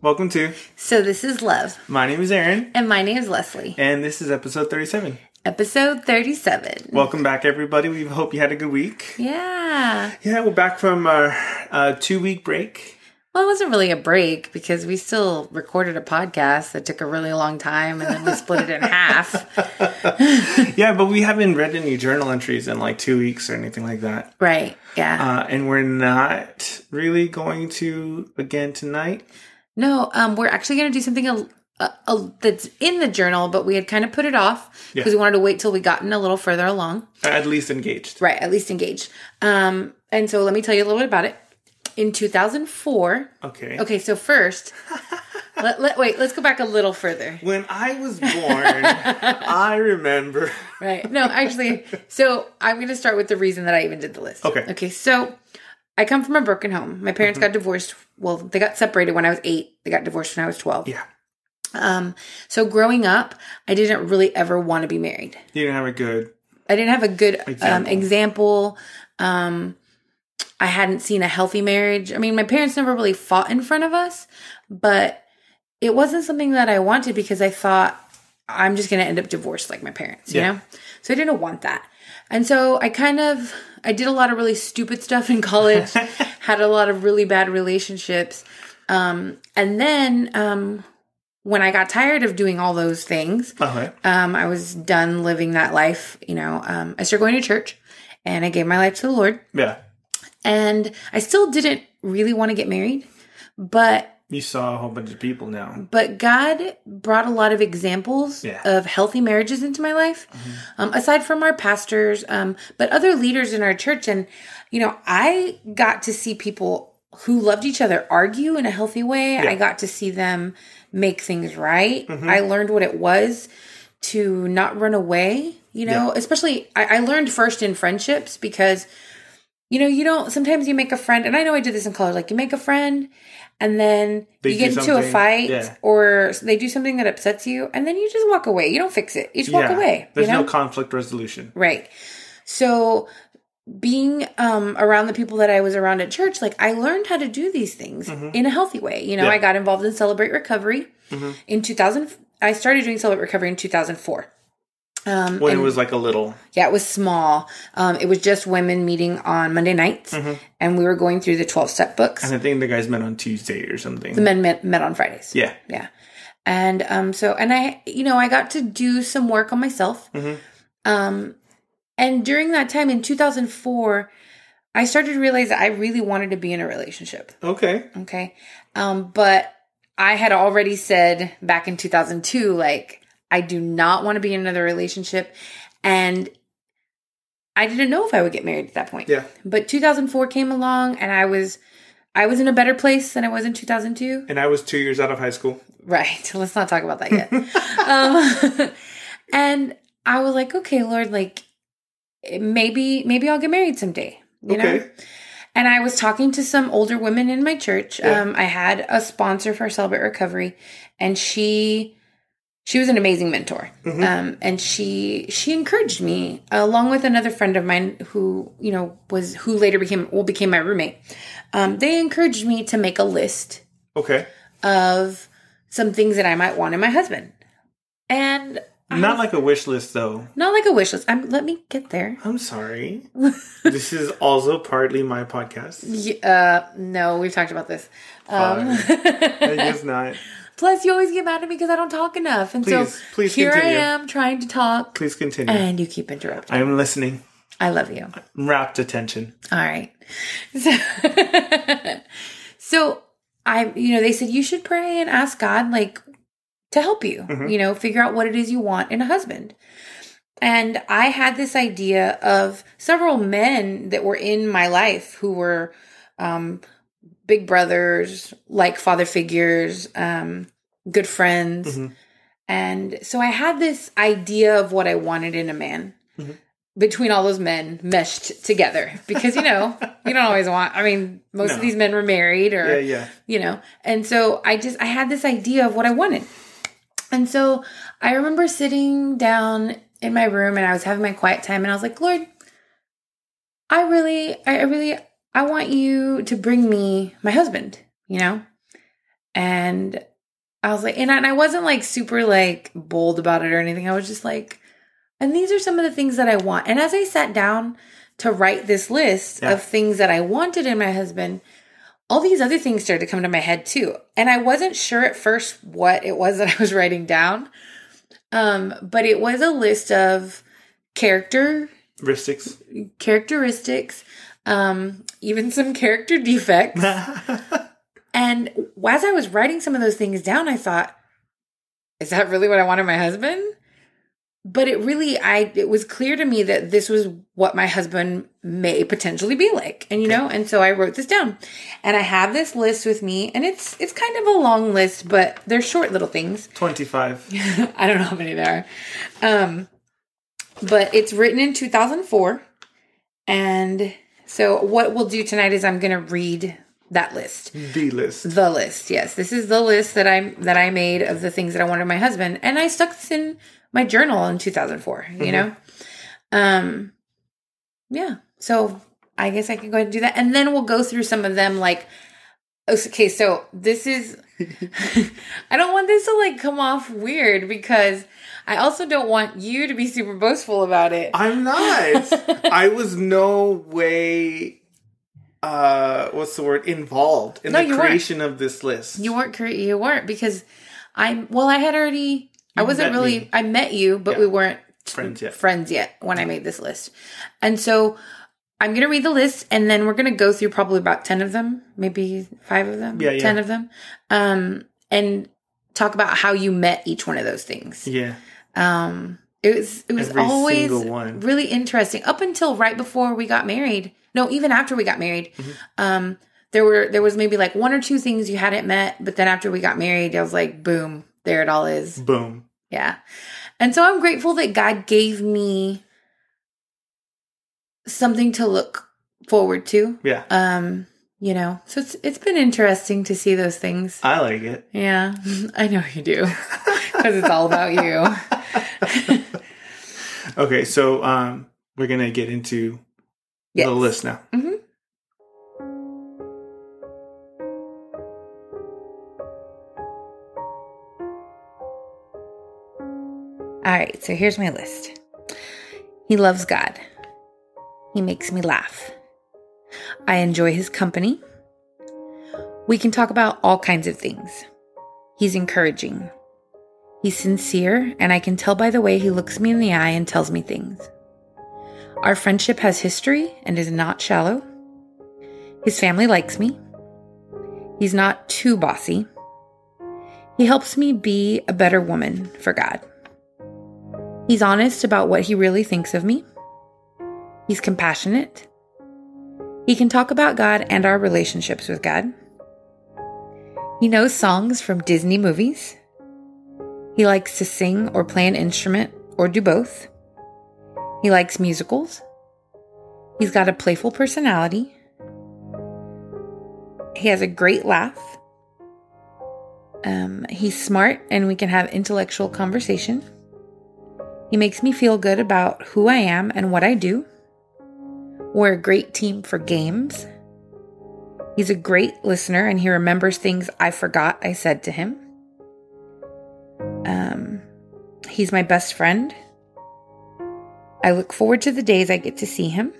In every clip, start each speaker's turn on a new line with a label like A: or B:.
A: Welcome to.
B: So this is Love,
A: My name is Aaron,
B: and my name is Leslie.
A: and this is episode 37.
B: Episode 37.
A: Welcome back, everybody. We hope you had a good week.
B: Yeah.
A: Yeah, we're back from our uh, two week break.
B: Well, it wasn't really a break because we still recorded a podcast that took a really long time and then we split it in half.
A: Yeah, but we haven't read any journal entries in like two weeks or anything like that.
B: Right. Yeah.
A: Uh, and we're not really going to again tonight.
B: no, um, we're actually going to do something a, a, a, that's in the journal, but we had kind of put it off because
A: Yeah.
B: we wanted to wait till we gotten a little further along.
A: At least engaged.
B: Right, at least engaged. Um, and so let me tell you a little bit about it. In 2004,
A: Okay.
B: okay, so first, let, let, wait, let's go back a little further.
A: When I was born, I remember.
B: Right. No, actually, so I'm going to start with the reason that I even did the list.
A: Okay. Mm-hmm.
B: Okay, so I come from a broken home. My parents got divorced. Well, they got separated when I was eight, they got divorced when I was 12.
A: Yeah.
B: Um, so growing up, I didn't really ever want to be married.
A: You didn't have a good.
B: I didn't have a good um,
A: Example.
B: example. Um, I hadn't seen a healthy marriage. I mean, my parents never really fought in front of us, but it wasn't something that I wanted because I thought I'm just going to end up divorced like my parents, you
A: Yeah.
B: know? So I didn't want that. And so I kind of I did a lot of really stupid stuff in college, had a lot of really bad relationships. Um, and then um, when I got tired of doing all those things,
A: Okay.
B: um, I was done living that life. You know, um, I started going to church and I gave my life to the Lord.
A: Yeah.
B: And I still didn't really want to get married, but
A: You saw a whole bunch of people now.
B: but God brought a lot of examples
A: Yeah.
B: of healthy marriages into my life, um, aside from our pastors, um, but other leaders in our church. And, you know, I got to see people who loved each other argue in a healthy way. I got to see them make things right.
A: Mm-hmm.
B: I learned what it was to not run away, you know, especially I, I learned first in friendships because you know, you don't sometimes you make a friend, and I know I did this in college, like you make a friend and then
A: They do
B: you get into a
A: something-
B: fight
A: yeah.
B: or they do something that upsets you, and then you just walk away. You don't fix it. You just walk
A: yeah.
B: away.
A: There's
B: you know?
A: no conflict resolution.
B: Right. So being um, around the people that I was around at church, like I learned how to do these things in a healthy way. You
A: Mm-hmm.
B: know,
A: Yeah. Mm-hmm.
B: I got involved in Celebrate Recovery in 2000. I started doing Celebrate Recovery in 2004. Um,
A: When
B: and-
A: it was like a little.
B: yeah, it was small. Um, it was just women meeting on Monday nights, and we were going through the 12 step books.
A: Mm-hmm. And I think the guys met on Tuesday or something.
B: the men met, met on Fridays.
A: yeah.
B: Yeah. And um so and I you know, I got to do some work on myself.
A: Mm-hmm.
B: Um and during that time in 2004, I started to realize that I really wanted to be in a relationship,
A: Okay.
B: okay? Um but I had already said back in 2002 like I do not want to be in another relationship and I didn't know if I would get married at that point.
A: Yeah.
B: But 2004 came along and I was I was in a better place than I was in 2002.
A: And I was two years out of high school.
B: Right. Let's not talk about that yet. um, and I was like, okay, Lord, like eh, maybe maybe I'll get married someday. You know?
A: okay.
B: And I was talking to some older women in my church.
A: Yeah.
B: Um, I had a sponsor for Celebrate Recovery, and she she was an amazing mentor.
A: Mm-hmm.
B: Um, and she she encouraged me along with another friend of mine who you know was who later became well became my roommate. Um, they encouraged me to make a list
A: Okay.
B: of some things that I might want in my husband. And
A: Not like a wish list, though.
B: not like a wish list. I'm, let me get there.
A: I'm sorry. this is also partly my podcast.
B: Y- Uh, no, we've talked about this. Um,
A: I guess not.
B: plus, you always get mad at me because I don't talk enough. And so
A: Please, please
B: here
A: continue.
B: I am trying to talk,
A: Please continue.
B: and you keep interrupting.
A: I am listening.
B: I love you.
A: Rapt attention.
B: All right. So, so I, you know, they said you should pray and ask God, like, to help you, you know, figure out what it is you want in a husband. And I had this idea of several men that were in my life who were um, big brothers, like father figures, um, good friends.
A: Mhm.
B: And so I had this idea of what I wanted in a man between all those men meshed together because, you know, you don't always want, I mean, most of
A: No.
B: these men were married or
A: Yeah, yeah.
B: you know and so i just i had this idea of what i wanted and so i remember sitting down in my room and i was having my quiet time and i was like lord i really i I really i want you to bring me my husband you know And I was like, and I, and I wasn't like super like bold about it or anything. I was just like, and these are some of the things that I want. And as I sat down to write this list
A: Yeah.
B: of things that I wanted in my husband, all these other things started to come to my head too. And I wasn't sure at first what it was that I was writing down. Um, but it was a list of character
A: Wristics.
B: characteristics, um, even some character defects. and as I was writing some of those things down, I thought, is that really what I wanted my husband? But it really, I it was clear to me that this was what my husband may potentially be like, and you know, and so I wrote this down, and I have this list with me, and it's it's kind of a long list, but they're short little things.
A: 25.
B: I don't know how many there are. Um, but it's written in 2004. And so what we'll do tonight is I'm going to read that list.
A: The list.
B: The list. Yes, this is the list that I that I made of the things that I wanted my husband and I stuck this in my journal in 2004, you know. Um yeah. So I guess I can go ahead and do that and then we'll go through some of them like okay, so this is I don't want this to like come off weird because I also don't want you to be super boastful about it.
A: I'm not. I was no way. Uh, what's the word? Involved in
B: No, you
A: the
B: weren't.
A: creation of this list.
B: You weren't cre- you weren't because I well I had already I wasn't
A: met
B: really
A: me.
B: I met you but
A: Yeah.
B: we weren't
A: Friends yet.
B: friends yet when I made this list. And so I'm going to read the list and then we're going to go through probably about 10 of them, maybe 5 of them,
A: Yeah, yeah.
B: 10 of them. Um and talk about how you met each one of those things.
A: Yeah.
B: Um, it was it was
A: Every
B: always
A: single one.
B: really interesting up until right before we got married. No, even after we got married,
A: Mm-hmm.
B: um, there were there was maybe like one or two things you hadn't met, but then after we got married, I was like, boom, there it all is.
A: Boom.
B: Yeah, and so I'm grateful that God gave me something to look forward to.
A: Yeah.
B: Um, you know, so it's it's been interesting to see those things.
A: I like it.
B: Yeah, I know you do because it's all about you.
A: Okay, so um, we're gonna get into
B: Yes.
A: the list now.
B: Mhm. All right, so here's my list. He loves God. He makes me laugh. I enjoy his company. We can talk about all kinds of things. He's encouraging. He's sincere, and I can tell by the way he looks me in the eye and tells me things. Our friendship has history and is not shallow. His family likes me. He's not too bossy. He helps me be a better woman for God. He's honest about what he really thinks of me. He's compassionate. He can talk about God and our relationships with God. He knows songs from Disney movies. He likes to sing or play an instrument or do both. He likes musicals. He's got a playful personality. He has a great laugh. Um, he's smart and we can have intellectual conversation. He makes me feel good about who I am and what I do. We're a great team for games. He's a great listener and he remembers things I forgot I said to him. Um, he's my best friend. I look forward to the days I get to see him.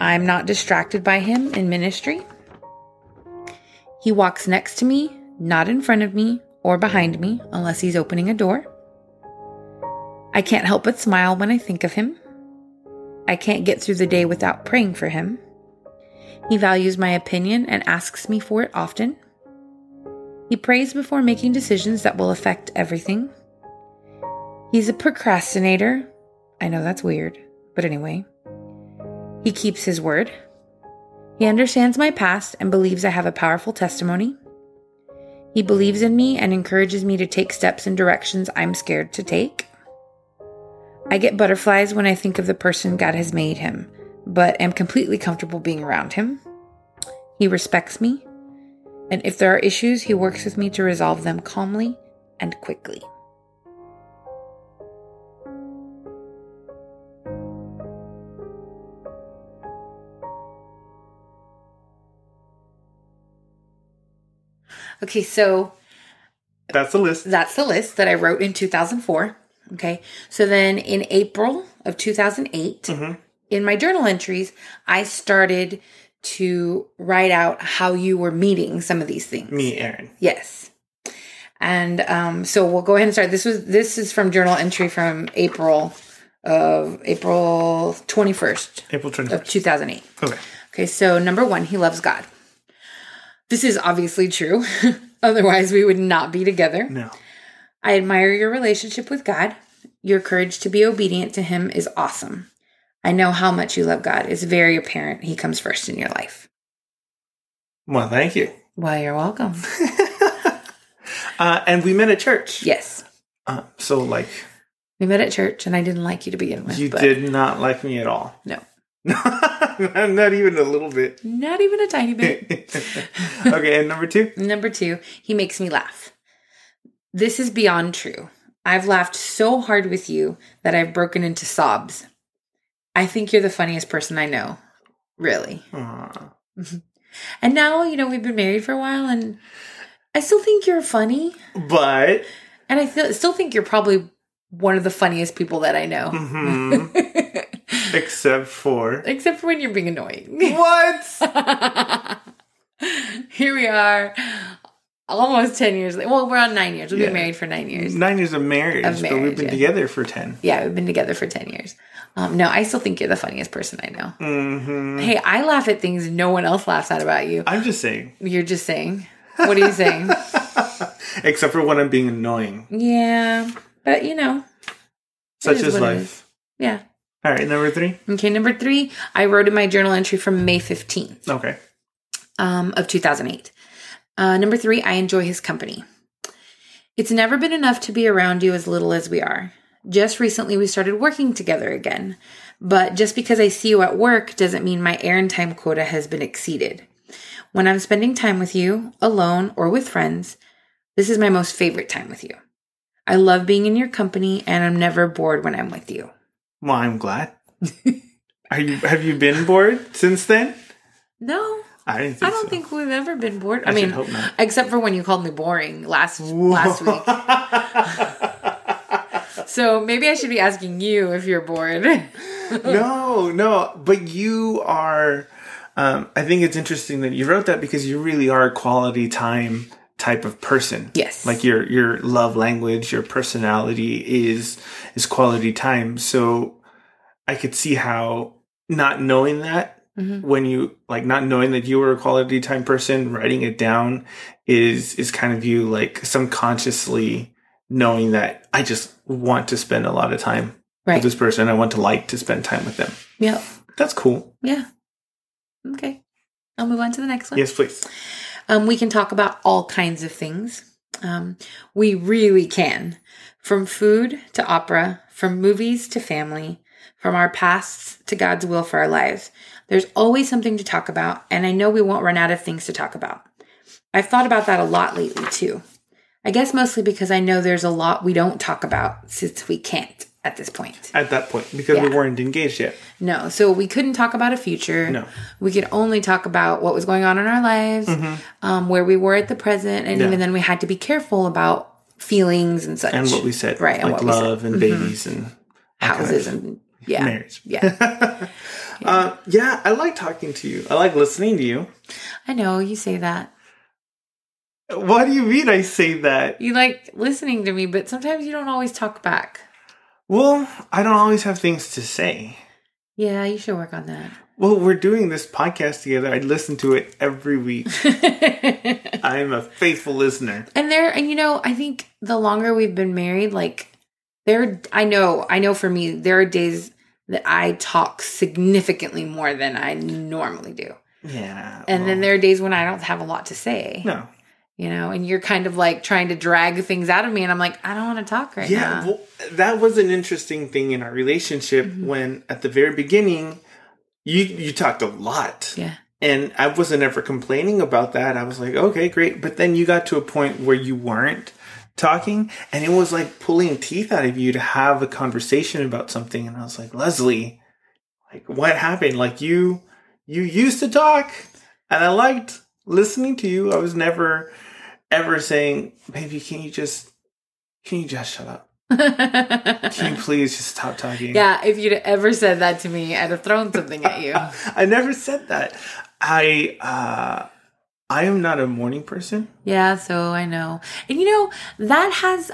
B: I'm not distracted by him in ministry. He walks next to me, not in front of me or behind me, unless he's opening a door. I can't help but smile when I think of him. I can't get through the day without praying for him. He values my opinion and asks me for it often. He prays before making decisions that will affect everything. He's a procrastinator. I know that's weird, but anyway. He keeps his word. He understands my past and believes I have a powerful testimony. He believes in me and encourages me to take steps in directions I'm scared to take. I get butterflies when I think of the person God has made him, but am completely comfortable being around him. He respects me, and if there are issues, he works with me to resolve them calmly and quickly. Okay, so
A: That's the list.
B: that's the list that I wrote in 2004. Okay. So then in April of 2008, in my journal entries, I started to write out how you were meeting some of these things.
A: Me, Aaron.
B: Yes. And um, so we'll go ahead and start. This was this is from journal entry from April of April 21st
A: April
B: of
A: 21st.
B: 2008.
A: Okay.
B: Okay, so number one, he loves God. This is obviously true. Otherwise, we would not be together.
A: No.
B: I admire your relationship with God. Your courage to be obedient to Him is awesome. I know how much you love God. It's very apparent He comes first in your life.
A: Well, thank you.
B: Well, you're welcome.
A: Uh, and we met at church.
B: yes.
A: Uh, so, like,
B: We met at church and I didn't like you to begin with.
A: you
B: but
A: did not like me at all.
B: No.
A: not even a little bit.
B: Not even a tiny bit.
A: okay, and number two?
B: Number two, he makes me laugh. This is beyond true. I've laughed so hard with you that I've broken into sobs. I think you're the funniest person I know. Really.
A: Aw.
B: And now, you know, we've been married for a while and I still think you're funny.
A: but,
B: And I feel, still think you're probably one of the funniest people that I know.
A: mhm, except for.
B: Except for when you're being annoying.
A: What?
B: Here we are. Almost 10 years. la- Well, we're on nine years. We've
A: Yeah. Mm-hmm.
B: been married for nine years.
A: Nine years of marriage,
B: Of
A: but we've
B: marriage,
A: been
B: yeah.
A: together for 10.
B: Yeah, we've been together for 10 years. Um, no, I still think you're the funniest person I know.
A: hmm
B: Hey, I laugh at things no one else laughs at about you.
A: I'm just saying,
B: You're just saying. What are you saying?
A: except for when I'm being annoying,
B: yeah, but you know,
A: such
B: is
A: is,
B: what it
A: life.
B: yeah.
A: All right, number three.
B: Okay, number three, I wrote in my journal entry from May 15th
A: Okay.
B: um, of 2008. Uh, number three, I enjoy his company. It's never been enough to be around you as little as we are. Just recently, we started working together again. But just because I see you at work doesn't mean my errand time quota has been exceeded. When I'm spending time with you, alone or with friends, this is my most favorite time with you. I love being in your company and I'm never bored when I'm with you.
A: Well, I'm glad. Are you? Have you been bored since then?
B: No,
A: I didn't. Think
B: I don't
A: so.
B: think we've ever been bored. I,
A: I should
B: mean,
A: hope not.
B: except for when you called me boring last
A: Whoa.
B: last week. So maybe I should be asking you if you're bored.
A: no, no. But you are. Um, I think it's interesting that you wrote that because you really are a quality time type of person.
B: Yes.
A: Like your your love language, your personality is is quality time. So I could see how not knowing that
B: Mhm.
A: when you like not knowing that you were a quality time person, writing it down is is kind of you like subconsciously knowing that I just want to spend a lot of time
B: Right.
A: with this person. I want to like to spend time with them.
B: yeah.
A: That's cool.
B: Yeah. Okay. I'll move on to the next one.
A: Yes, please.
B: Um, we can talk about all kinds of things. Um, we really can. From food to opera, from movies to family, from our pasts to God's will for our lives. There's always something to talk about, and I know we won't run out of things to talk about. I've thought about that a lot lately, too. I guess mostly because I know there's a lot we don't talk about since we can't at this point.
A: At that point, because we
B: Yeah.
A: weren't engaged yet.
B: No. So we couldn't talk about a future.
A: No.
B: We could only talk about what was going on in our lives, um, where we were at the present. And
A: Mm-hmm. Yeah.
B: even then, we had to be careful about feelings and such.
A: And what we said.
B: Right, and
A: Like
B: what we said.
A: love and babies and
B: houses and yeah.
A: marriage.
B: Yeah.
A: Uh, yeah, I like talking to you. I like listening to you.
B: I know you say that.
A: What do you mean I say that?
B: You like listening to me, but sometimes you don't always talk back.
A: Well, I don't always have things to say.
B: Yeah, you should work on that.
A: Well, we're doing this podcast together. I listen to it every week. I'm a faithful listener.
B: And there, and you know, I think the longer we've been married, like there, I know, I know for me, there are days that I talk significantly more than I normally do.
A: Yeah.
B: And then
A: well,
B: there are days when I don't have a lot to say,
A: Oh. No.
B: you know, and you're kind of like trying to drag things out of me. And I'm like, I don't want to talk right
A: Yeah,
B: now.
A: well, that was an interesting thing in our relationship
B: Mm-hmm.
A: when at the very beginning you you talked a lot.
B: yeah.
A: And I wasn't ever complaining about that. I was like, okay, great. But then you got to a point where you weren't talking and it was like pulling teeth out of you to have a conversation about something. And I was like, Leslie, like what happened? Like you, you used to talk and I liked listening to you. I was never ever saying, "Baby, can you just can you just shut up? Can you please just stop talking?"
B: yeah, if you'd ever said that to me, I'd have thrown something at you.
A: I never said that. I uh I am not a morning person.
B: Yeah, so I know. And you know, that has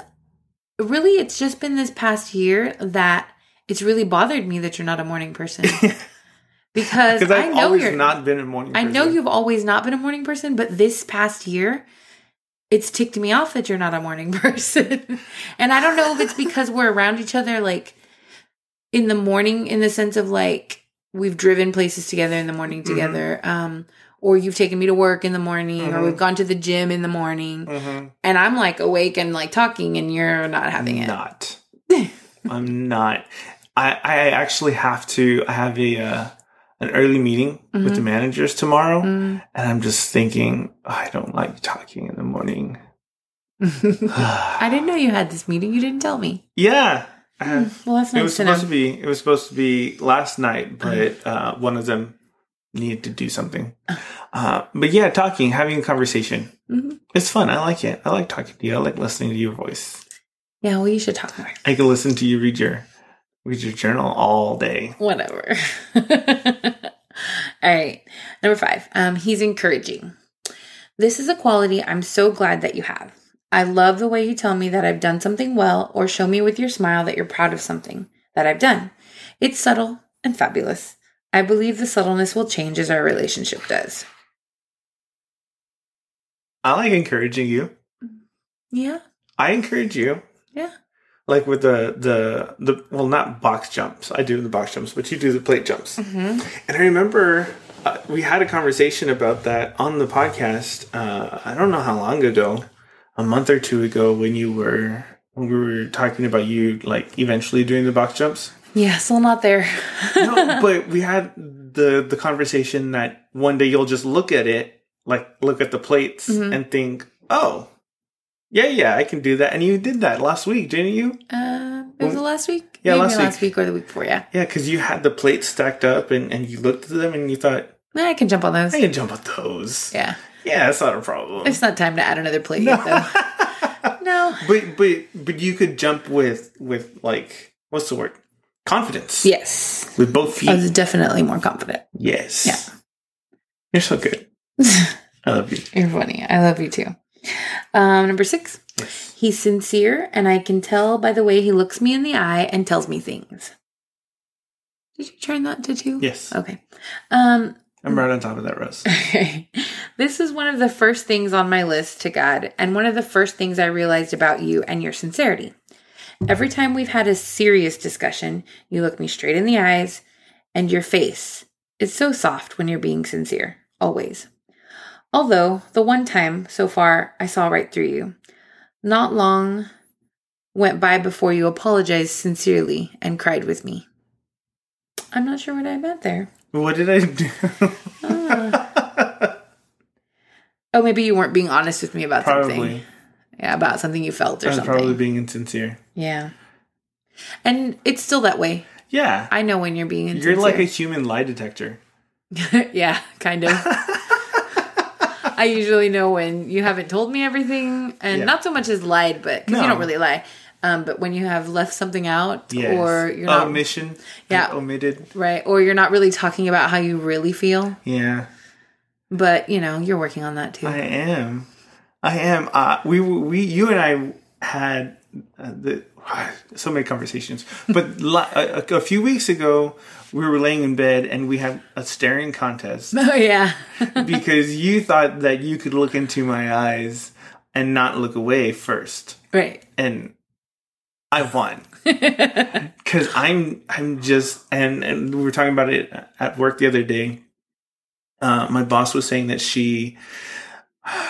B: really, it's just been this past year that it's really bothered me that you're not a morning person. because
A: Because
B: I
A: I've
B: know
A: always
B: you're
A: not been a morning
B: I
A: person.
B: know you've always not been a morning person, but this past year, it's ticked me off that you're not a morning person. and I don't know if it's because we're around each other like in the morning in the sense of like we've driven places together in the morning
A: Mm-hmm.
B: together. Um or you've taken me to work in the morning or
A: Mhm.
B: we've gone to the gym in the morning
A: Mhm.
B: and I'm like awake and like talking and you're not having it.
A: Not. I'm not. I I actually have to I have a uh, an early meeting
B: Mm-hmm.
A: with the managers tomorrow
B: Mm.
A: and I'm just thinking "Oh, I don't like talking in the morning.
B: I didn't know you had this meeting. You didn't tell me.
A: yeah. Uh, I have-
B: Well, that's
A: It
B: nice
A: was
B: to know.
A: supposed to be. It was supposed to be last night, but uh, one of them needed to do something. Uh, but yeah, talking, having a conversation,
B: Mhm.
A: it's fun. I like it. I like talking to you. I like listening to your voice.
B: Yeah, well, you should talk more.
A: I can listen to you read your read your journal all day.
B: whatever. All right. Number five. Um, he's encouraging. This is a quality I'm so glad that you have. I love the way you tell me that I've done something well or show me with your smile that you're proud of something that I've done. It's subtle and fabulous. I believe the subtleness will change as our relationship does.
A: I like encouraging you.
B: Yeah.
A: I encourage you.
B: Yeah.
A: Like with the the the well, not box jumps. I do the box jumps, but you do the plate jumps.
B: hmm
A: And I remember uh, we had a conversation about that on the podcast. Uh, I don't know how long ago, a month or two ago, when you were when we were talking about you like eventually doing the box jumps.
B: Yeah. Still not there.
A: No, but we had the the conversation that one day you'll just look at it, like look at the plates
B: Mhm.
A: and think, oh. Yeah, yeah, I can do that. And you did that last week, didn't you?
B: Uh, it was the last week.
A: Yeah,
B: Maybe
A: last
B: last week or the week before. Yeah.
A: Yeah, because you had the plates stacked up and, and you looked at them and you thought,
B: I can jump on those.
A: I can jump at those. Yeah,
B: Yeah.
A: that's not a problem.
B: It's not time to add another plate yet, though. no.
A: But but but you could jump with with like what's the word? Confidence.
B: Yes.
A: With both feet.
B: I was definitely more confident.
A: yes.
B: Yeah.
A: You're so good. I love you.
B: You're funny. I love you too. Um, number six,
A: Yes.
B: he's sincere, and I can tell by the way he looks me in the eye and tells me things. Did you turn that to two?
A: Yes.
B: Okay. Um,
A: I'm right on top of that, Rose.
B: okay. This is one of the first things on my list to God, and one of the first things I realized about you and your sincerity. Every time we've had a serious discussion, you look me straight in the eyes, and your face is so soft when you're being sincere, always. Although, the one time so far, I saw right through you. Not long went by before you apologized sincerely and cried with me. I'm not sure what I meant there.
A: What did I do?
B: Oh, maybe you weren't being honest with me about something.
A: probably.
B: Yeah, about something you felt or
A: I was
B: something.
A: probably being insincere.
B: yeah. And it's still that way.
A: Yeah.
B: I know when you're being insincere.
A: You're like a human lie detector.
B: yeah, kind of. I usually know when you haven't told me everything, and
A: Yeah.
B: not so much as lied, but because you
A: No.
B: don't really lie. Um, but when you have left something out,
A: Yes. Oh,
B: or you're not
A: omission.
B: Yeah.
A: Omitted.
B: right, or you're not really talking about how you really feel.
A: Yeah.
B: But you know, you're working on that too.
A: I am. I am. Uh, we we you and I had uh, the so many conversations, but li- a, a few weeks ago we were laying in bed and we had a staring contest
B: oh yeah,
A: because you thought that you could look into my eyes and not look away first,
B: right.
A: and I won because I'm I'm just and and we were talking about it at work the other day. Uh, my boss was saying that she,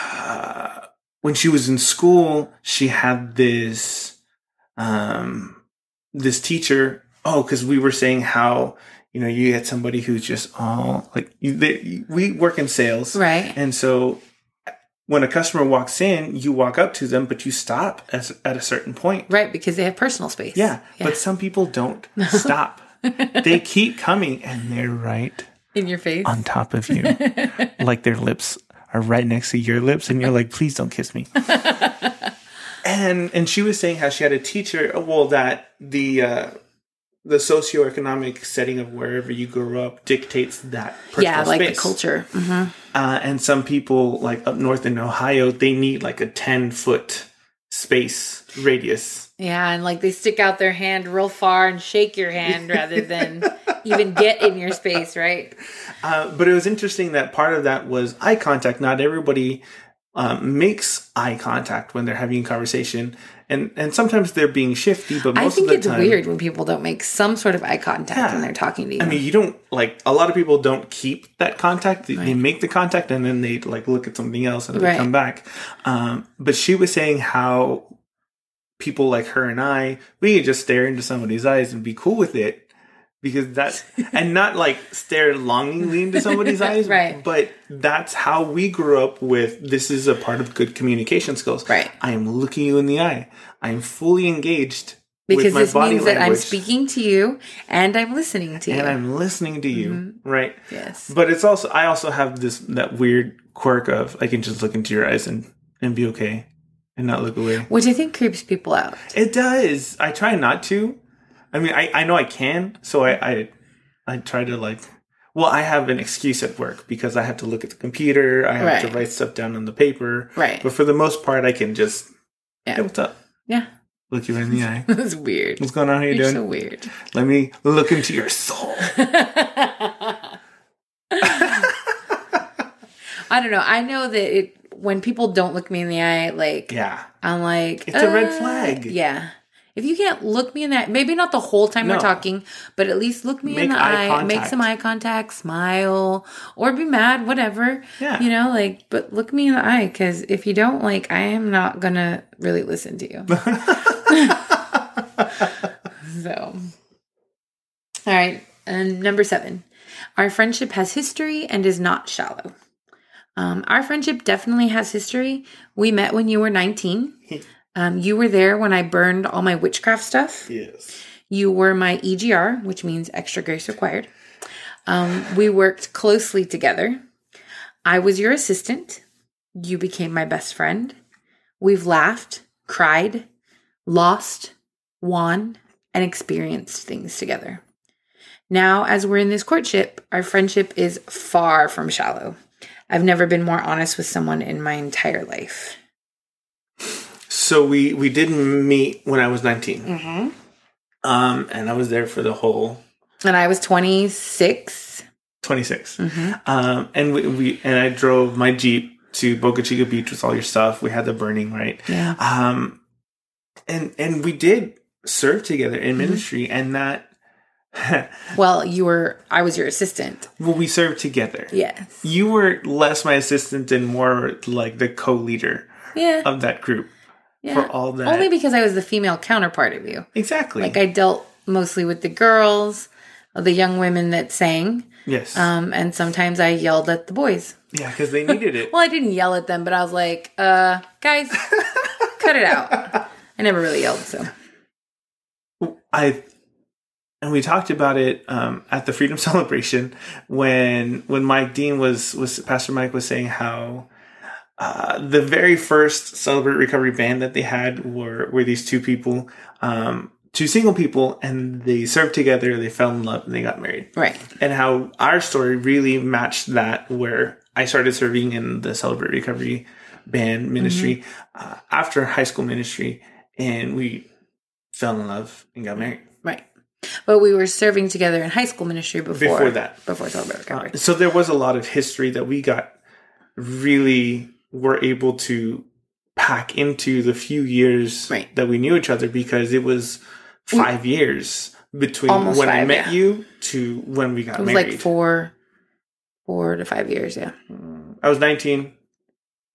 A: when she was in school, she had this, um, this teacher. Oh, because we were saying how you know you had somebody who's just all like you, they, we work in sales,
B: Right.
A: and so when a customer walks in, you walk up to them, but you stop at, at a certain point.
B: Right, because they have personal space.
A: Yeah,
B: yeah.
A: but some people don't stop. they keep coming and they're right
B: in your face.
A: on top of you, like their lips are right next to your lips, and you're like, please don't kiss me. and and she was saying how she had a teacher. Well, that the uh, the socioeconomic setting of wherever you grow up dictates that. Personal
B: yeah, like
A: space.
B: the culture. hmm
A: Uh, and some people, like up north in Ohio, they need like a ten foot space radius.
B: Yeah, and like they stick out their hand real far and shake your hand rather than even get in your space, right?
A: Uh, but it was interesting that part of that was eye contact. Not everybody um, makes eye contact when they're having a conversation, and and sometimes they're being shifty. But most
B: I think
A: of the
B: it's
A: time,
B: weird when people don't make some sort of eye contact
A: Yeah.
B: when they're talking to you.
A: I mean, you don't like a lot of people don't keep that contact. They, they make the contact and then they like look at something else and
B: Right.
A: they come back. Um, but she was saying how people like her and I, we could just stare into somebody's eyes and be cool with it because that's and not like stare longingly into somebody's eyes,
B: Right.
A: But that's how we grew up with. This is a part of good communication skills,
B: Right.
A: I am looking you in the eye. I am fully engaged. with
B: because
A: my
B: this means
A: body
B: that I'm
A: language
B: speaking to you and I'm listening to you. Mm-hmm.
A: and I'm listening to you, right?
B: yes.
A: But it's also I also have this that weird quirk of I can just look into your eyes and and be okay and not look away.
B: Which I think creeps people out.
A: It does. I try not to. I mean, I I know I can, so I I, I try to like. Well, I have an excuse at work because I have to look at the computer. I have to
B: Right.
A: write stuff down on the paper.
B: Right.
A: But for the most part, I can just
B: Yeah.
A: hey, what's up?
B: Yeah.
A: Look you in the eye.
B: That's weird.
A: What's going on? How you
B: You're
A: doing?
B: so weird.
A: Let me look into your soul.
B: I don't know. I know that it when people don't look me in the eye, like
A: Yeah.
B: I'm like
A: It's a red
B: uh,
A: flag.
B: Yeah. If you can't look me in that, maybe not the whole time
A: No.
B: we're talking, but at least look me in
A: Make
B: the
A: eye
B: eye, make
A: contact.
B: some eye contact, smile, or be mad, whatever.
A: Yeah.
B: You know, like, but look me in the eye because if you don't, like, I am not gonna really listen to you. so, all right. And number seven, our friendship has history and is not shallow. Um, our friendship definitely has history. We met when you were 19. Um, you were there when I burned all my witchcraft stuff.
A: Yes.
B: You were my EGR, which means extra grace required. Um, we worked closely together. I was your assistant. You became my best friend. We've laughed, cried, lost, won, and experienced things together. Now, as we're in this courtship, our friendship is far from shallow. I've never been more honest with someone in my entire life.
A: So we we did meet when I was 19. Um, and I was there for the whole
B: And I was 26.
A: 26.
B: Mm-hmm.
A: Um, and we, we and I drove my jeep to Boca Chica Beach with all your stuff. We had the burning right.
B: Yeah.
A: Um, and and we did serve together
B: Mm-hmm.
A: in ministry, and that
B: Well, you were, I was your assistant.
A: well we served together.
B: Yes.
A: You were less my assistant and more like the co-leader
B: Yeah.
A: of that group
B: yeah.
A: Uh, for all that.
B: Only because I was the female counterpart of you.
A: exactly.
B: Like I dealt mostly with the girls, the young women that sang,
A: yes.
B: um, and sometimes I yelled at the boys.
A: yeah, because they needed it.
B: Well, I didn't yell at them, but I was like, uh, guys, cut it out. I never really yelled, so.
A: I and we talked about it um, at the Freedom Celebration when when Mike Dean was was Pastor Mike was saying how uh, the very first Celebrate Recovery band that they had were were these two people, um, two single people, and they served together. They fell in love and they got married
B: Right.
A: and how our story really matched that where I started serving in the Celebrate Recovery band
B: Mm-hmm.
A: ministry uh, after high school ministry and we fell in love and got married.
B: Right. But we were serving together in high school ministry before,
A: Before that. Uh,
B: Before Celebrate Recovery.
A: So there was a lot of history that we got really were able to pack into the few years
B: Right.
A: that we knew each other because it was 5 years between
B: Almost
A: when I
B: five,
A: met
B: yeah.
A: you to when we got
B: it was
A: married.
B: like four, four to five years, yeah.
A: Mm, I was 19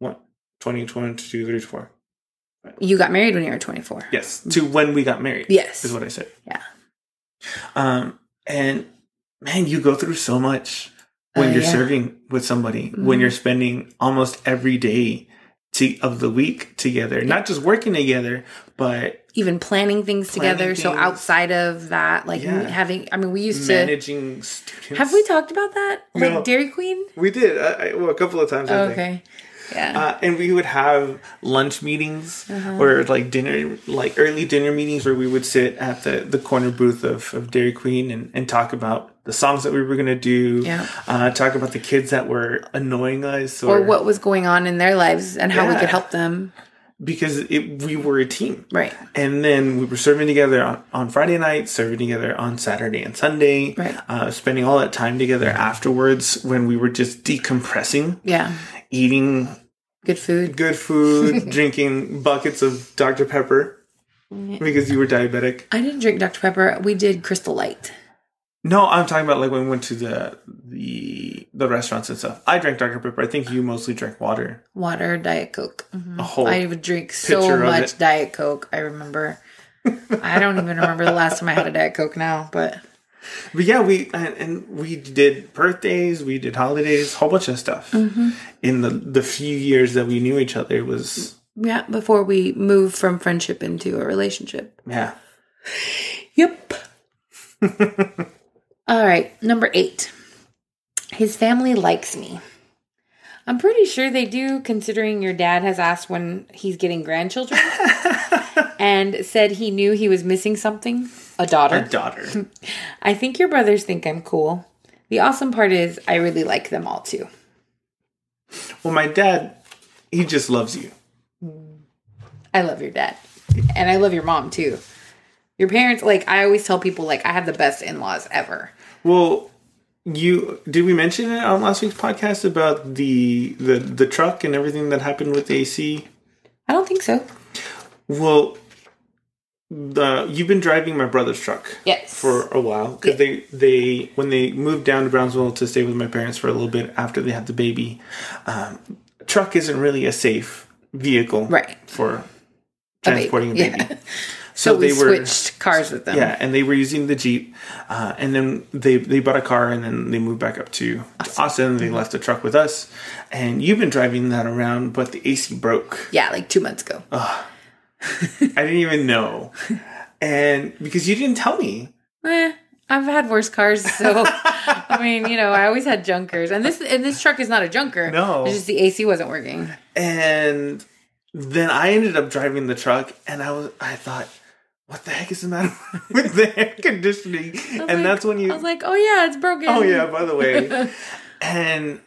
A: one, 20 21 22 24.
B: You got married when you were 24.
A: Yes, to when we got married.
B: Yes.
A: is what I said.
B: Yeah.
A: Um, and man, you go through so much when
B: Oh,
A: you're
B: yeah. Mm-hmm.
A: serving with somebody, when you're spending almost every day to, of the week together, not just working together, but
B: even planning things
A: Planning
B: together. So
A: things.
B: outside of that, like
A: Yeah.
B: having, I mean, we used
A: managing students.
B: to. Have we talked about that? Like
A: No.
B: Dairy Queen?
A: We did uh, I, I, well a couple of times. I think.
B: okay. Yeah.
A: Uh, and we would have lunch meetings
B: Uh-huh.
A: or like dinner, like early dinner meetings where we would sit at the, the corner booth of, of Dairy Queen and, and talk about the songs that we were going to do,
B: Yeah.
A: uh, talk about the kids that were annoying us or,
B: or what was going on in their lives and how we
A: Yeah.
B: could help them.
A: because it, we were a team.
B: Right.
A: And then we were serving together on, on Friday night, serving together on Saturday and Sunday,
B: Right.
A: uh, spending all that time together afterwards when we were just decompressing,
B: Yeah.
A: eating
B: Good food.
A: good food, drinking buckets of Dr. Pepper because you were diabetic.
B: I didn't drink Dr. Pepper. We did Crystal Light.
A: No, I'm talking about like when we went to the the the restaurants and stuff. I drank Dr. Pepper. I think you mostly drank water.
B: Water, Diet Coke. Mhm.
A: A whole
B: I would drink
A: pitcher
B: so
A: Oh, of
B: much
A: it.
B: Diet Coke. I remember. I don't even remember the last time I had a Diet Coke now, but
A: But yeah, we and, and we did birthdays, we did holidays, whole bunch of stuff. In the the few years that we knew each other it was
B: yeah, before we move from friendship into a relationship.
A: yeah.
B: Yep. All right, number eight. His family likes me. I'm pretty sure they do, considering your dad has asked when he's getting grandchildren and said he knew he was missing something a
A: A
B: daughter.
A: daughter.
B: I think your brothers think I'm cool. The awesome part is I really like them all too.
A: well, my dad, he just loves you.
B: I love your dad. And I love your mom too. Your parents, like, I always tell people, like, I have the best in laws ever.
A: Well, you did we mention it on last week's podcast about the the the truck and everything that happened with the AC?
B: I don't think so.
A: Well, the you've been driving my brother's truck
B: Yes.
A: for a while because they they when they moved down to Brownsville to stay with my parents for a little bit after they had the baby, um, truck isn't really a safe vehicle
B: Right.
A: for
B: A baby.
A: transporting a baby.
B: Yeah.
A: So,
B: we
A: they were
B: switched cars with them.
A: yeah, and they were using the Jeep, uh, and then they they bought a car, and then they moved back up to to Austin. They left the truck with us, and you've been driving that around, but the AC broke.
B: Yeah, like two months ago.
A: Uh-huh. I didn't even know, and because you didn't tell me,
B: Eh, I've had worse cars, so I mean, you know, I always had junkers, and this and this truck is not a junker.
A: No.
B: it's just the AC wasn't working.
A: and then I ended up driving the truck, and I was I thought. What the heck is the matter with the air conditioning? And
B: Like,
A: that's when you
B: I was like, oh yeah, it's broken.
A: Oh yeah, by the way, and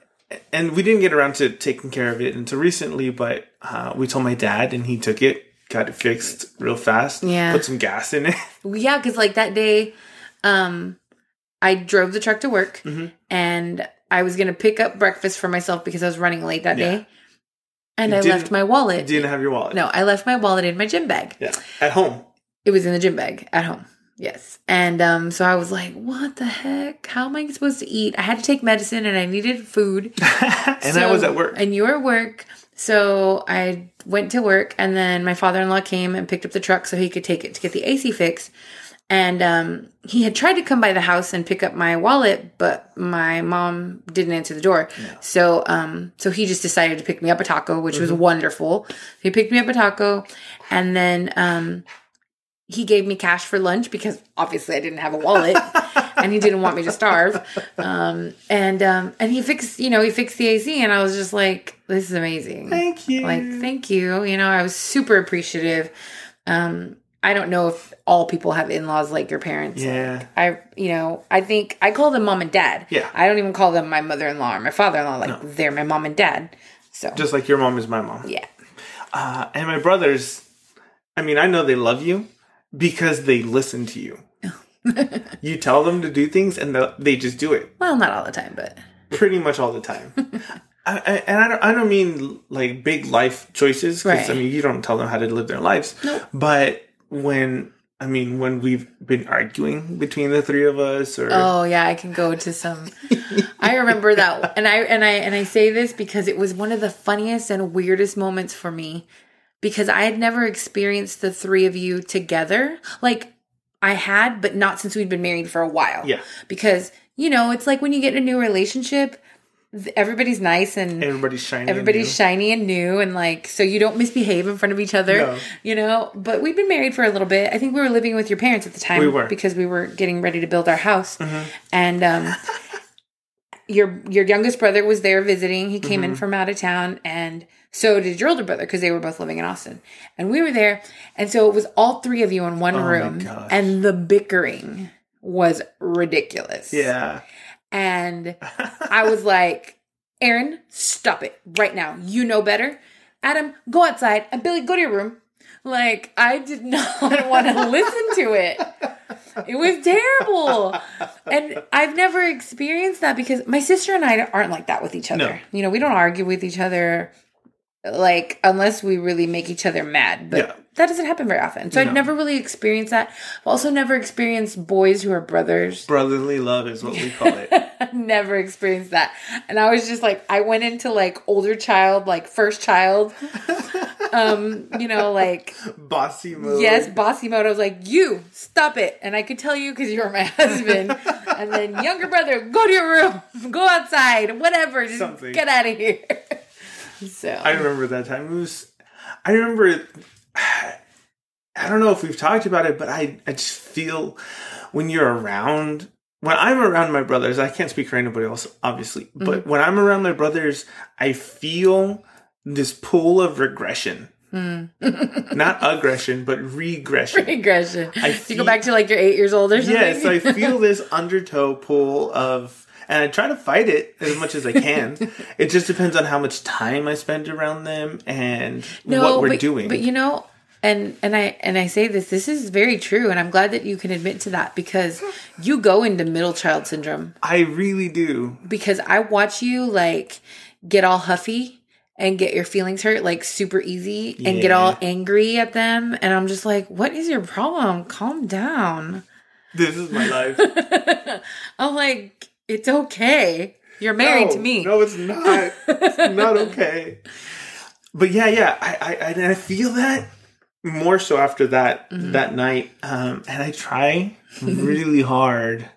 A: and we didn't get around to taking care of it until recently, but uh, we told my dad, and he took it, got it fixed real fast.
B: Yeah.
A: put some gas in it.
B: yeah, because like that day, um, I drove the truck to work,
A: Mm-hmm.
B: and I was gonna pick up breakfast for myself because I was running late that
A: Yeah.
B: day, and I
A: didn't-
B: left my wallet.
A: didn't have your wallet.
B: no, I left my wallet in my gym bag.
A: yeah, at home.
B: It was in the gym bag at home. Yes. And um, so I was like, what the heck? How am I supposed to eat? I had to take medicine and I needed food.
A: and I was
B: So-
A: at work.
B: And you were at work. So I went to work and then my father in law came and picked up the truck so he could take it to get the AC fixed. And um, he had tried to come by the house and pick up my wallet, but my mom didn't answer the door. So, um, so he just decided to pick me up a taco, which
A: Mm-hmm.
B: was wonderful. He picked me up a taco, and then um, he gave me cash for lunch because obviously I didn't have a wallet, and he didn't want me to starve. Um, and um, and he fixed, you know, he fixed the AC, and I was just like, "This is amazing."
A: Thank you.
B: like thank you you know i was super appreciative um i don't know if all people have in-laws like your parents
A: yeah,
B: i you know i think i call them mom and dad
A: Yeah.
B: i don't even call them my mother-in-law or my father-in-law like they're my mom and dad so
A: just like your mom is my mom.
B: yeah
A: Uh, and my brothers. I mean, I know they love you because they listen to you. you tell them to do things, and they'll- they just do it.
B: well not all the time but
A: pretty much all the time. I, I, and I don't, I don't mean like big life choices because I
B: Right.
A: mean you don't tell them how to live their lives.
B: Nope.
A: But when I mean when we've been arguing between the three of us, or
B: Oh yeah, I can go to some. I remember that, and I and I and I say this because it was one of the funniest and weirdest moments for me because I had never experienced the three of you together. Like I had, but not since we'd been married for a while.
A: Yeah.
B: because you know it's like when you get in a new relationship. th- everybody's nice and
A: Everybody's shiny.
B: everybody's
A: shiny.
B: shiny and new and like so you don't misbehave in front of each other
A: No.
B: you know but we've been married for a little bit i think we were living with your parents at the time
A: We were. Mm-hmm.
B: because we were getting ready to build our house and um your your youngest brother was there visiting he came
A: Mm-hmm.
B: in from out of town and so did your older brother because they were both living in austin and we were there and so it was all three of you in one
A: Oh my
B: room
A: gosh.
B: and the bickering was ridiculous
A: Yeah.
B: and I was like, Aaron, stop it right now. You know better. Adam, go outside. And Billy, go to your room. Like, I did not want to listen to it. It was terrible. And I've never experienced that because my sister and I aren't like that with each other.
A: No.
B: You know, we don't argue with each other, like, unless we really make each other mad. But
A: Yeah.
B: that doesn't happen very often. So
A: No.
B: I've never really experienced that. I've also never experienced boys who are brothers
A: Brotherly love is what we call it.
B: never experienced that and i was just like i went into like older child like first child um you know like
A: Bossy mode.
B: yes bossy mode i was like you stop it and i could tell you because you were my husband and then younger brother go to your room go outside whatever just
A: Something.
B: get out of here so
A: I remember that time. It was. I remember. I don't know if we've talked about it, but I, I just feel when you're around. When I'm around my brothers, I can't speak for anybody else, obviously, but when I'm around my brothers, I feel this pull of regression. Not aggression, but regression.
B: regression
A: I
B: you
A: feel-
B: go back to like you're eight years old or something
A: Yes, I feel this undertow pull of, and I try to fight it as much as I can. it just depends on how much time I spend around them and what we're
B: but,
A: doing.
B: But you know, and and I and I say this, this is very true, and I'm glad that you can admit to that because you go into middle child syndrome
A: I really do.
B: because I watch you like get all huffy and get your feelings hurt like super easy and get all angry at them and I'm just like what is your problem calm down
A: This is my life.
B: I'm like it's okay you're married to
A: No,
B: me
A: No, it's not. It's not okay. But yeah, yeah, I, I, I- and I feel that more so after that
B: Mm-hmm.
A: that night, um, and I try really hard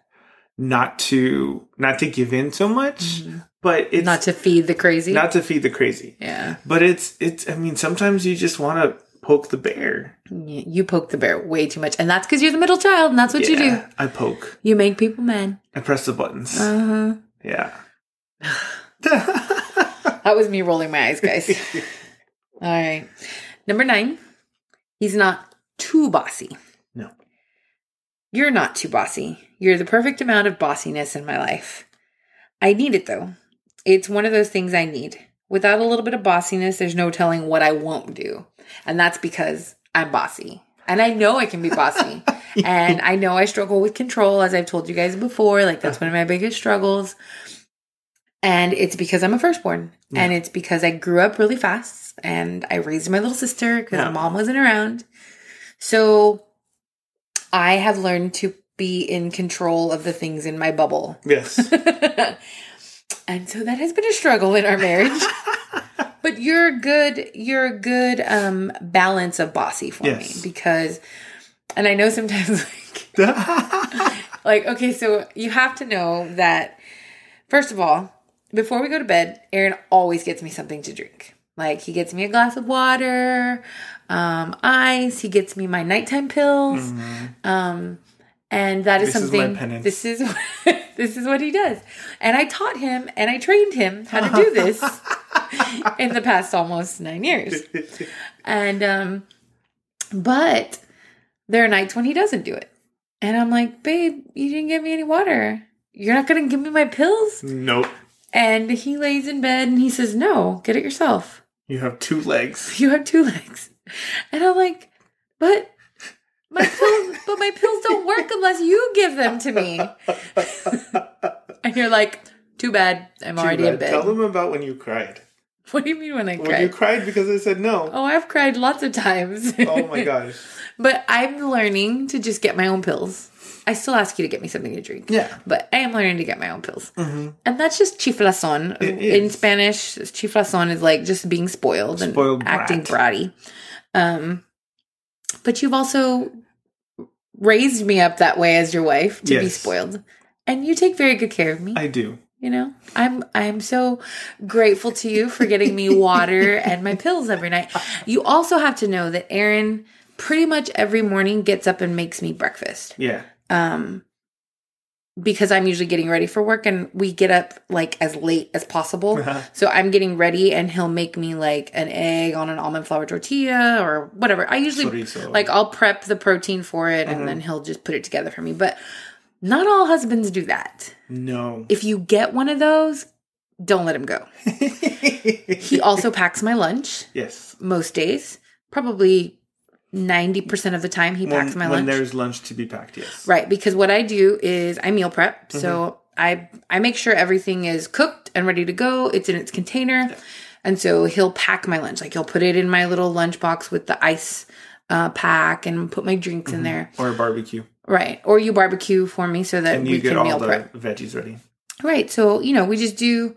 A: not to not to give in so much, but it's
B: Mm-hmm. not to feed the crazy
A: not to feed the crazy.
B: yeah
A: But it's it's. I mean, sometimes you just want to poke the bear.
B: Y- you poke the bear way too much and that's cuz you're the middle child and that's what you do
A: Yeah, I poke.
B: you make people mad
A: I press the buttons.
B: uh-huh
A: yeah.
B: That was me rolling my eyes, guys. All right. Number nine, he's not too bossy.
A: No.
B: You're not too bossy. You're the perfect amount of bossiness in my life. I need it though. It's one of those things I need. Without a little bit of bossiness, there's no telling what I won't do. And that's because I'm bossy. And I know I can be bossy. and I know I struggle with control, as I've told you guys before. Like, that's one of my biggest struggles. And it's because I'm a firstborn. And it's because I grew up really fast and I raised my little sister because
A: Yeah.
B: mom wasn't around. So I have learned to be in control of the things in my bubble.
A: Yes.
B: and so that has been a struggle in our marriage. but you're a good you're a good um balance of bossy for
A: Yes.
B: me because and I know sometimes like like okay so you have to know that first of all before we go to bed aaron always gets me something to drink like he gets me a glass of water um ice he gets me my nighttime pills um and that is
A: Mm-hmm. This is my
B: something
A: penance.
B: this is this is what he does and i taught him and i trained him how to do this in the past almost nine years and um but there are nights when he doesn't do it and i'm like babe you didn't get me any water you're not gonna give me my pills
A: nope.
B: and he lays in bed and he says no get it yourself
A: You have two legs.
B: you have two legs and i'm like but my pills but my pills don't work unless you give them to me and you're like too bad i'm already in bed
A: Tell them about when you cried.
B: what do you mean when i
A: When you
B: cried
A: cried because I said no.
B: oh i've cried lots of times
A: Oh my gosh.
B: But I'm learning to just get my own pills. I still ask you to get me something to drink.
A: Yeah. Mm-hmm.
B: But I am learning to get my own pills. And that's just chiflazon.
A: It is.
B: In Spanish, chiflazon is like just being spoiled and
A: Spoiled brat.
B: acting bratty. Um, but you've also raised me up that way as your wife to be
A: Yes.
B: spoiled. And you take very good care of me.
A: I do.
B: You know, I'm I'm so grateful to you for getting me water and my pills every night. You also have to know that Aaron pretty much every morning gets up and makes me breakfast.
A: Yeah.
B: Um because I'm usually getting ready for work and we get up like as late as possible.
A: Uh-huh.
B: So I'm getting ready and he'll make me like an egg on an almond flour tortilla or whatever. I usually
A: Chorizo.
B: like uh, I'll prep the protein for it and then he'll just put it together for me. But not all husbands do that.
A: No.
B: If you get one of those, don't let him go. He also packs my lunch
A: yes.
B: most days. Probably 90% of the time he packs
A: When,
B: my
A: when
B: lunch.
A: there's lunch to be packed, yes.
B: Right, because what I do is I meal prep.
A: Mm-hmm.
B: So I I make sure everything is cooked and ready to go. It's in its container. And so he'll pack my lunch. Like he'll put it in my little lunch box with the ice uh, pack and put my drinks
A: Mm-hmm.
B: in there.
A: Or a barbecue.
B: Right. Or you barbecue for me so that
A: And you
B: we
A: get
B: can meal
A: all the
B: prep.
A: veggies ready.
B: Right. So, you know, we just do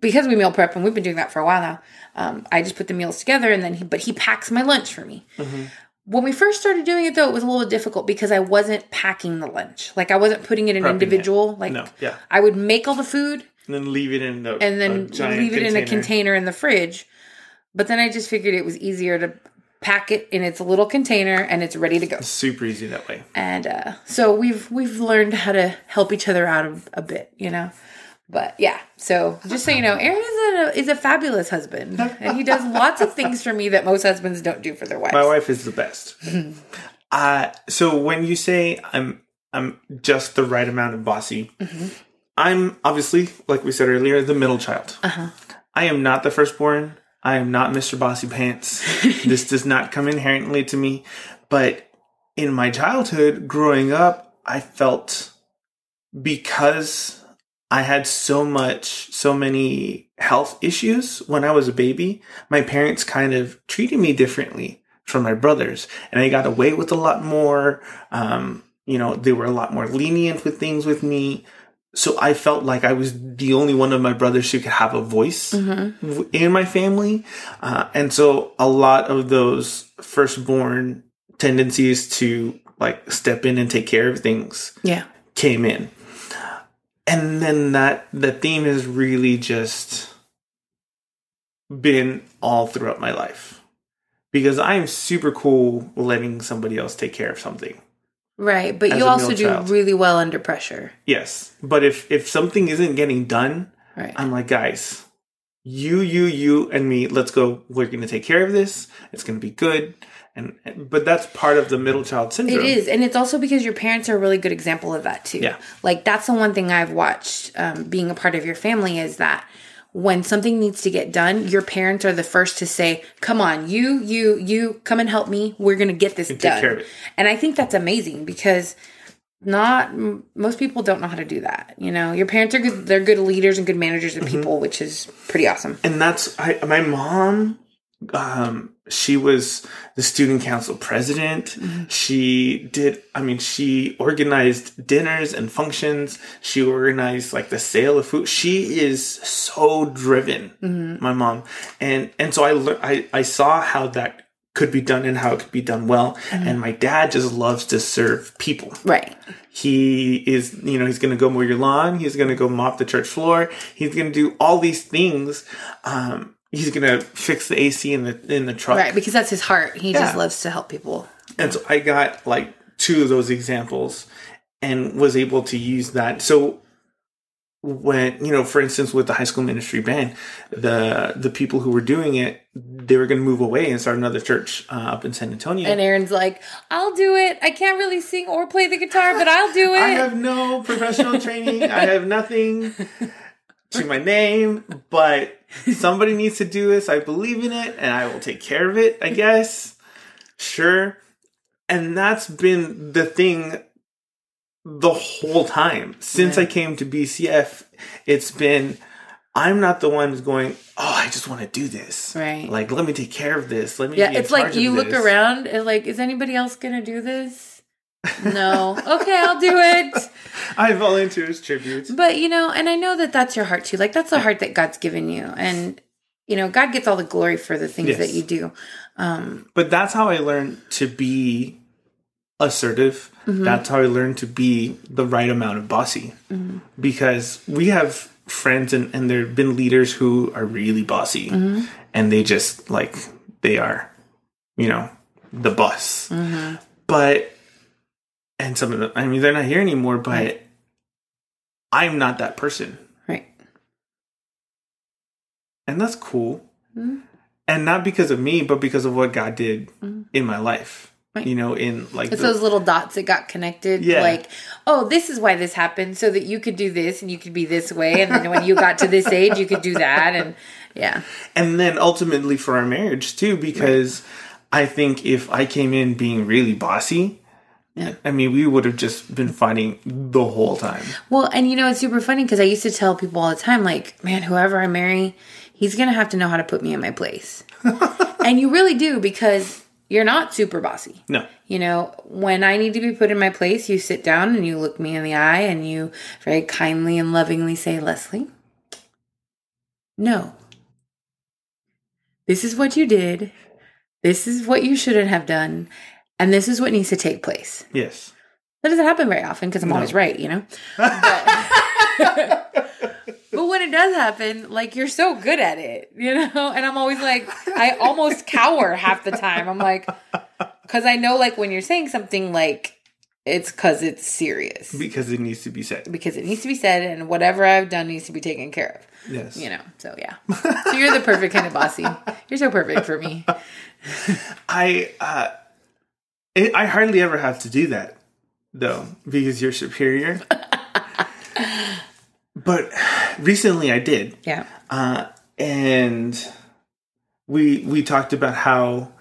B: because we meal prep and we've been doing that for a while now. Um, I just put the meals together and then he, but he packs my lunch for me.
A: Mm-hmm.
B: When we first started doing it though, it was a little difficult because I wasn't packing the lunch. Like I wasn't putting it in
A: Prepping it.
B: individual. Like
A: No, yeah.
B: I would make all the food
A: And then leave it in the
B: and
A: a
B: then
A: giant
B: leave it in a container in the fridge. But then I just figured it was easier to pack it in its little container and it's ready to go.
A: Super easy that way.
B: And uh, so we've we've learned how to help each other out a, a bit, you know. But yeah, so just so you know, Aaron is a is a fabulous husband, and he does lots of things for me that most husbands don't do for their wives.
A: My wife is the best. uh, so when you say I'm I'm just the right amount of bossy,
B: Mm-hmm.
A: I'm obviously, like we said earlier, the middle child.
B: Uh-huh.
A: I am not the firstborn. I am not Mr. Bossy Pants. this does not come inherently to me. But in my childhood, growing up, I felt because I had so much, so many health issues when I was a baby, my parents kind of treated me differently from my brothers. And I got away with a lot more. Um, you know, they were a lot more lenient with things with me. So I felt like I was the only one of my brothers who could have a voice w in my family. Uh, and so a lot of those firstborn tendencies to like step in and take care of things
B: yeah,
A: came in. And then that the theme has really just been all throughout my life. Because I am super cool letting somebody else take care of something.
B: right. But
A: As
B: you
A: a
B: also
A: middle
B: do
A: child.
B: really well under pressure,
A: Yes. But if if something isn't getting done,
B: right?
A: I'm like, guys, you, you, you, and me, let's go. We're gonna take care of this. It's gonna be good. And but that's part of the middle child
B: It
A: syndrome.
B: is, and it's also because your parents are a really good example of that too.
A: Yeah.
B: like that's the one thing I've watched um, being a part of your family is that when something needs to get done, your parents are the first to say, "Come on, you, you, you, come and help me. We're gonna get this
A: take
B: done."
A: care of it.
B: And I think that's amazing because not m- most people don't know how to do that. You know, your parents are good; they're good leaders and good managers
A: Mm-hmm.
B: of people, which is pretty awesome.
A: and that's I, my mom um she was the student council president she did i mean she organized dinners and functions she organized like the sale of food she is so driven my mom and and so i lear- i i saw how that could be done and how it could be done well and my dad just loves to serve people
B: Right.
A: he is you know he's going to go mow your lawn he's going to go mop the church floor he's going to do all these things um he's going to fix the ac in the in the truck
B: Right, because that's his heart. He just
A: Yeah.
B: loves to help people.
A: and so i got like two of those examples and was able to use that so when you know for instance with the high school ministry band the the people who were doing it they were going to move away and start another church uh, up in san antonio
B: And Aaron's like, I'll do it. I can't really sing or play the guitar, but I'll do it.
A: I have no professional training. I have nothing to my name, but somebody needs to do this. I believe in it and I will take care of it, I guess. Sure. And that's been the thing the whole time since I came to BCF. It's been I'm not the one who's going, "Oh, I just want to do this."
B: Right.
A: Like, let me take care of this. Let me
B: yeah,
A: be in
B: it's like
A: charge of
B: you look
A: this."
B: around and like, is anybody else gonna do this? No. okay, I'll do it.
A: I volunteer as tribute.
B: But you know, and I know that that's your heart too. Like that's the heart that God's given you, and you know, God gets all the glory for the things
A: Yes.
B: that you do.
A: but that's how I learned to be assertive. That's how I learned to be the right amount of bossy. Because we have friends and, and there have been leaders who are really bossy and they just like they are you know the boss but and some of them i mean they're not here anymore but
B: Right.
A: i'm not that person
B: Right.
A: and that's cool
B: Mhm.
A: and not because of me but because of what god did
B: Mhm.
A: in my life
B: Right.
A: you know in like
B: It's
A: the-
B: those little dots that got connected.
A: Yeah.
B: Like, oh, this is why this happened, so that you could do this and you could be this way. And then when you got to this age, you could do that. And yeah.
A: and then ultimately for our marriage too because i think if i came in being really bossy
B: Yeah.
A: i mean we would have just been fighting the whole time
B: Well, and you know, it's super funny because I used to tell people all the time, like, man, whoever I marry, he's going to have to know how to put me in my place. and you really do because you're not super bossy.
A: no
B: You know, when I need to be put in my place, you sit down and you look me in the eye and you very kindly and lovingly say, Leslie, no. This is what you did. This is what you shouldn't have done. And this is what needs to take place.
A: yes
B: That doesn't happen very often because I'm always right, you know? But when it does happen, like you're so good at it, you know? And I'm always like, I almost cower half the time. I'm like, because I know, like, when you're saying something, like, it's because it's serious,
A: because it needs to be said
B: because it needs to be said, and whatever I've done needs to be taken care
A: yes
B: of, you know? So, yeah. So, you're the perfect kind of bossy. You're so perfect for me.
A: i uh it, i hardly ever have to do that though because you're superior but recently i did
B: Yeah.
A: uh, and we we talked about how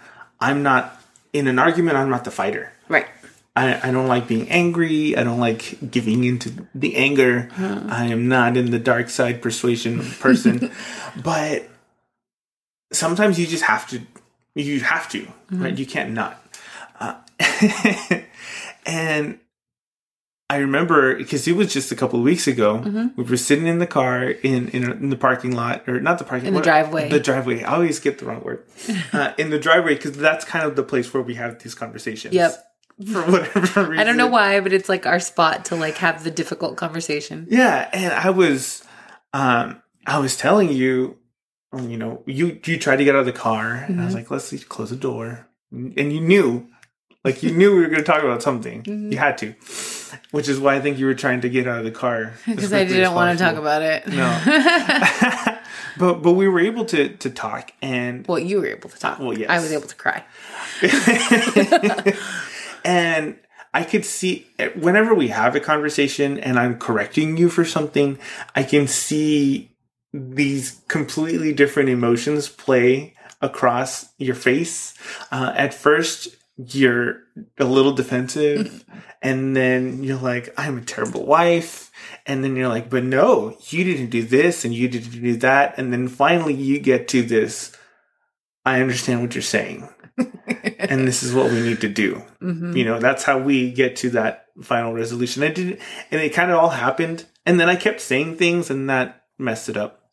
A: I'm not in an argument. I'm not the fighter.
B: Right.
A: I, I don't like being angry. I don't like giving into the anger. I am not in the dark side persuasion person. but sometimes you just have to. You have to.
B: Mm-hmm.
A: Right? You can't not. Uh, and I remember because it was just a couple of weeks ago.
B: Mm-hmm.
A: We were sitting in the car in in, in the parking lot, or not the parking
B: In the
A: what-
B: driveway.
A: The driveway. I always get the wrong word. Uh, in the driveway because that's kind of the place where we have these conversations
B: Yep.
A: for whatever reason.
B: I don't know why, but it's like our spot to like have the difficult conversation.
A: Yeah, and I was, um, I was telling you, you know, you you tried to get out of the car, and I
B: Mm-hmm.
A: was like, let's close the door, and you knew, like, you knew we were going to talk about something.
B: Mm-hmm.
A: You had to, which is why I think you were trying to get out of the car as
B: Because I
A: quickly as
B: didn't want to talk
A: possible.
B: about it.
A: No. but but we were able to to talk, and
B: well, you were able to talk.
A: Well, yes.
B: I was able to cry.
A: and I could see whenever we have a conversation and I'm correcting you for something, I can see these completely different emotions play across your face. Uh, at first, you're a little defensive, and then you're like, I'm a terrible wife. And then you're like, but no, you didn't do this and you didn't do that. And then finally, you get to this I understand what you're saying. and this is what we need to do
B: hmm
A: you know that's how we get to that final resolution i did and it kind of all happened and then i kept saying things and that messed it up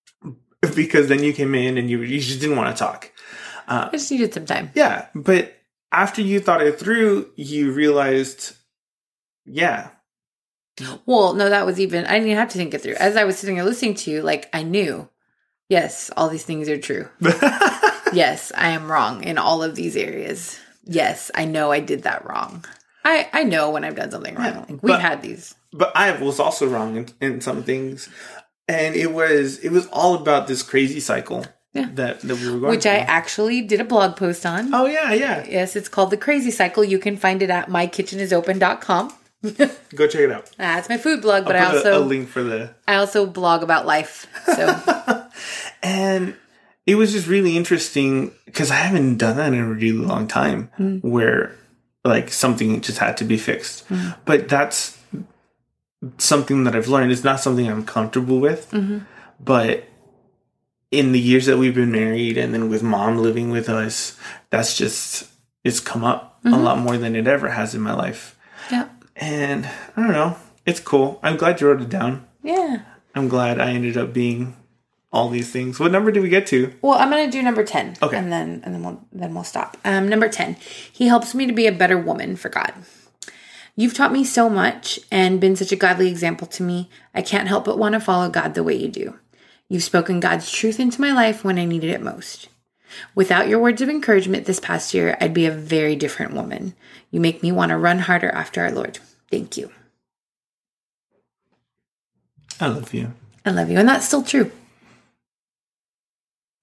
A: because then you came in and you, you just didn't want to talk
B: I just needed some time.
A: yeah but after you thought it through you realized yeah
B: Well, no, that was even, I didn't even have to think it through. As I was sitting here listening to you, like I knew, yes, all these things are true. yes, I am wrong in all of these areas. Yes, I know I did that wrong. I, I know when I've done something wrong.
A: Yeah,
B: Like, we've
A: but-
B: had these.
A: but i was also wrong in, in some things and it was it was all about this crazy cycle
B: Yeah.
A: that, that we were going
B: Which I
A: through.
B: actually did a blog post on.
A: oh yeah yeah
B: Yes, it's called The Crazy Cycle. You can find it at mykitchenisopen.com.
A: go check it out
B: That's my food blog, but I
A: Put a- a
B: also
A: link for the
B: I also blog about life. So
A: and it was just really interesting because I haven't done that in a really long time where like something just had to be fixed. But that's something that I've learned. It's not something I'm comfortable with, but in the years that we've been married and then with mom living with us, that's just it's come up a lot more than it ever has in my life.
B: yeah,
A: And I don't know, it's cool. I'm glad you wrote it down.
B: yeah.
A: I'm glad I ended up being all these things. What number did we get to?
B: Well, I'm gonna do number ten.
A: Okay.
B: And then and then we'll then we'll stop. Um, number ten. He helps me to be a better woman for God. You've taught me so much and been such a godly example to me. I can't help but want to follow God the way you do. You've spoken God's truth into my life when I needed it most. Without your words of encouragement this past year, I'd be a very different woman. You make me want to run harder after our Lord. Thank you.
A: I love you.
B: I love you. And that's still true.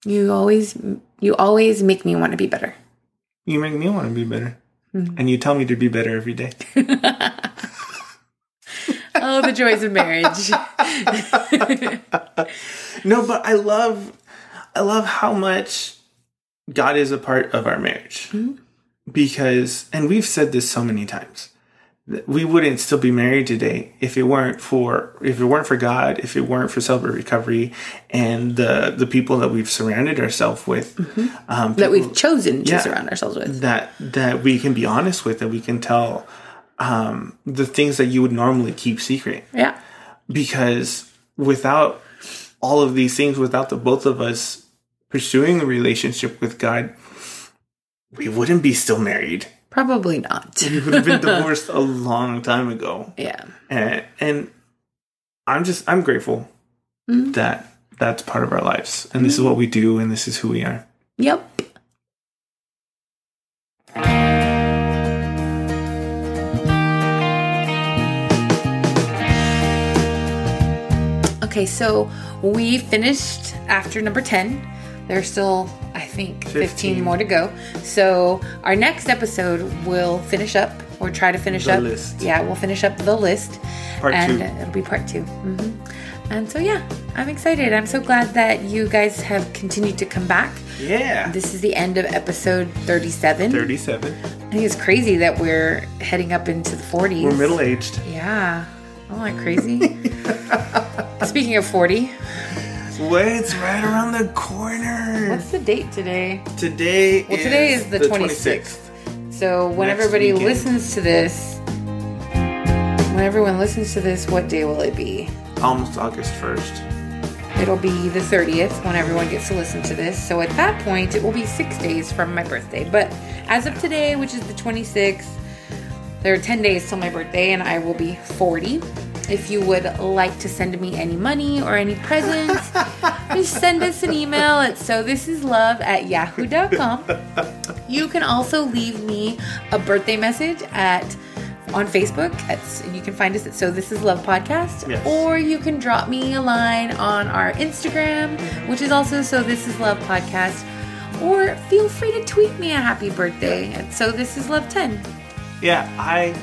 B: You always you always make me want to be better.
A: You make me want to be better. Mm-hmm. And you tell me to be better every day.
B: oh, the joys of marriage.
A: no, but I love I love how much God is a part of our marriage. Mm-hmm. Because and we've said this so many times we wouldn't still be married today if it weren't for if it weren't for God, if it weren't for Celebrate Recovery and the the people that we've surrounded ourselves with, mm-hmm.
B: um, people, that we've chosen to yeah, surround ourselves with,
A: that that we can be honest with, that we can tell um, the things that you would normally keep secret.
B: Yeah,
A: because without all of these things, without the both of us pursuing a relationship with God, we wouldn't be still married.
B: Probably not.
A: you would have been divorced a long time ago.
B: Yeah.
A: And, and I'm just I'm grateful mm-hmm. that that's part of our lives, and mm-hmm. this is what we do, and this is who we are.
B: Yep. Okay, so we finished after number ten. There's still, I think, 15. 15. more to go. So our next episode will finish up or try to finish
A: the
B: up.
A: List.
B: Yeah, we'll finish up the list.
A: Part
B: and
A: two.
B: it'll be part 2 mm-hmm. And so, yeah, I'm excited. I'm so glad that you guys have continued to come back.
A: Yeah.
B: This is the end of episode 37.
A: 37. I
B: think it's crazy that we're heading up into the 40s.
A: We're middle aged.
B: Yeah. Isn't that crazy? Speaking of 40.
A: Wait, it's right around the corner.
B: What's the date today?
A: Today
B: well, today is the, the 26th. 26th. So when Next everybody weekend. listens to this, when everyone listens to this, what day will it be?
A: Almost August 1st.
B: It'll be the 30th when everyone gets to listen to this. So at that point, it will be six days from my birthday. But as of today, which is the 26th, there are 10 days till my birthday, and I will be 40 if you would like to send me any money or any presents, just send us an email at so this is love at yahoo.com. You can also leave me a birthday message at on Facebook. At, you can find us at So This Is Love Podcast.
A: Yes.
B: Or you can drop me a line on our Instagram, which is also So This Is Love Podcast. Or feel free to tweet me a happy birthday yeah. at So This Is Love 10.
A: Yeah, I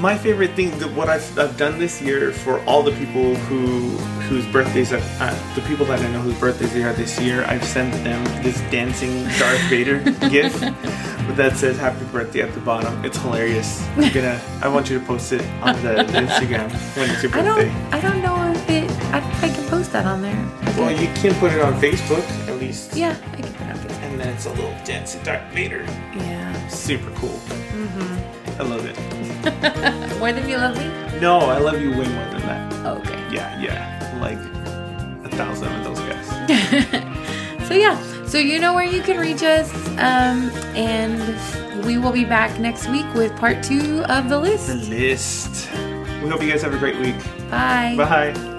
A: my favorite thing that what I've, I've done this year for all the people who whose birthdays I've, uh, the people that I know whose birthdays they are this year I've sent them this dancing Darth Vader gif that says happy birthday at the bottom it's hilarious I'm gonna I want you to post it on the, the Instagram when it's your birthday
B: I don't, I don't know if it I, I can post that on there
A: well you can put it on Facebook at least
B: yeah I can put it on Facebook
A: and then it's a little dancing Darth Vader
B: yeah
A: super cool
B: mm-hmm
A: I love it.
B: more than you love me?
A: No, I love you way more than that.
B: Oh, okay.
A: Yeah, yeah. Like a thousand of those guys.
B: so, yeah. So, you know where you can reach us. Um, and we will be back next week with part two of the list.
A: The list. We hope you guys have a great week.
B: Bye.
A: Bye.